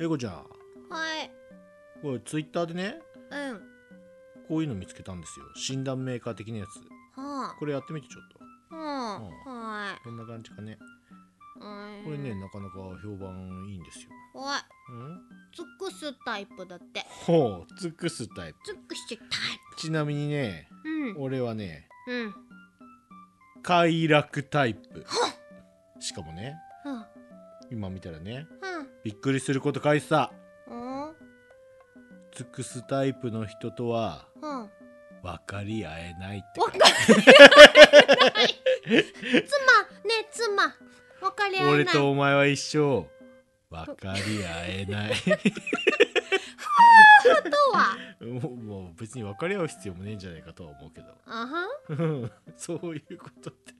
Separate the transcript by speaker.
Speaker 1: えこちゃん
Speaker 2: はい
Speaker 1: これツイッターでね
Speaker 2: うん
Speaker 1: こういうの見つけたんですよ診断メーカー的なやつ
Speaker 2: は
Speaker 1: これやってみてちょっと
Speaker 2: あうんは
Speaker 1: こんな感じかね
Speaker 2: いうん
Speaker 1: これねなかなか評判いいんですよ
Speaker 2: はい
Speaker 1: うん
Speaker 2: 尽くすタイプだって
Speaker 1: ほう尽くすタイプ
Speaker 2: 尽くしてタイ
Speaker 1: ちなみにね
Speaker 2: プうん
Speaker 1: 俺はね
Speaker 2: うん
Speaker 1: 快楽タイプしかもね
Speaker 2: うん
Speaker 1: 今見たらね
Speaker 2: うん
Speaker 1: びっくりすること書いてた
Speaker 2: うん
Speaker 1: 尽くすタイプの人とは
Speaker 2: うん
Speaker 1: 分かり合えないって
Speaker 2: わかり合えない妻ね妻わかり合え
Speaker 1: 俺
Speaker 2: ない
Speaker 1: とお前は一生分かり合え ない
Speaker 2: とは
Speaker 1: もうもう別に分かり合う必要もねえんじゃないかとは思うけど
Speaker 2: あはん
Speaker 1: うんそういうことって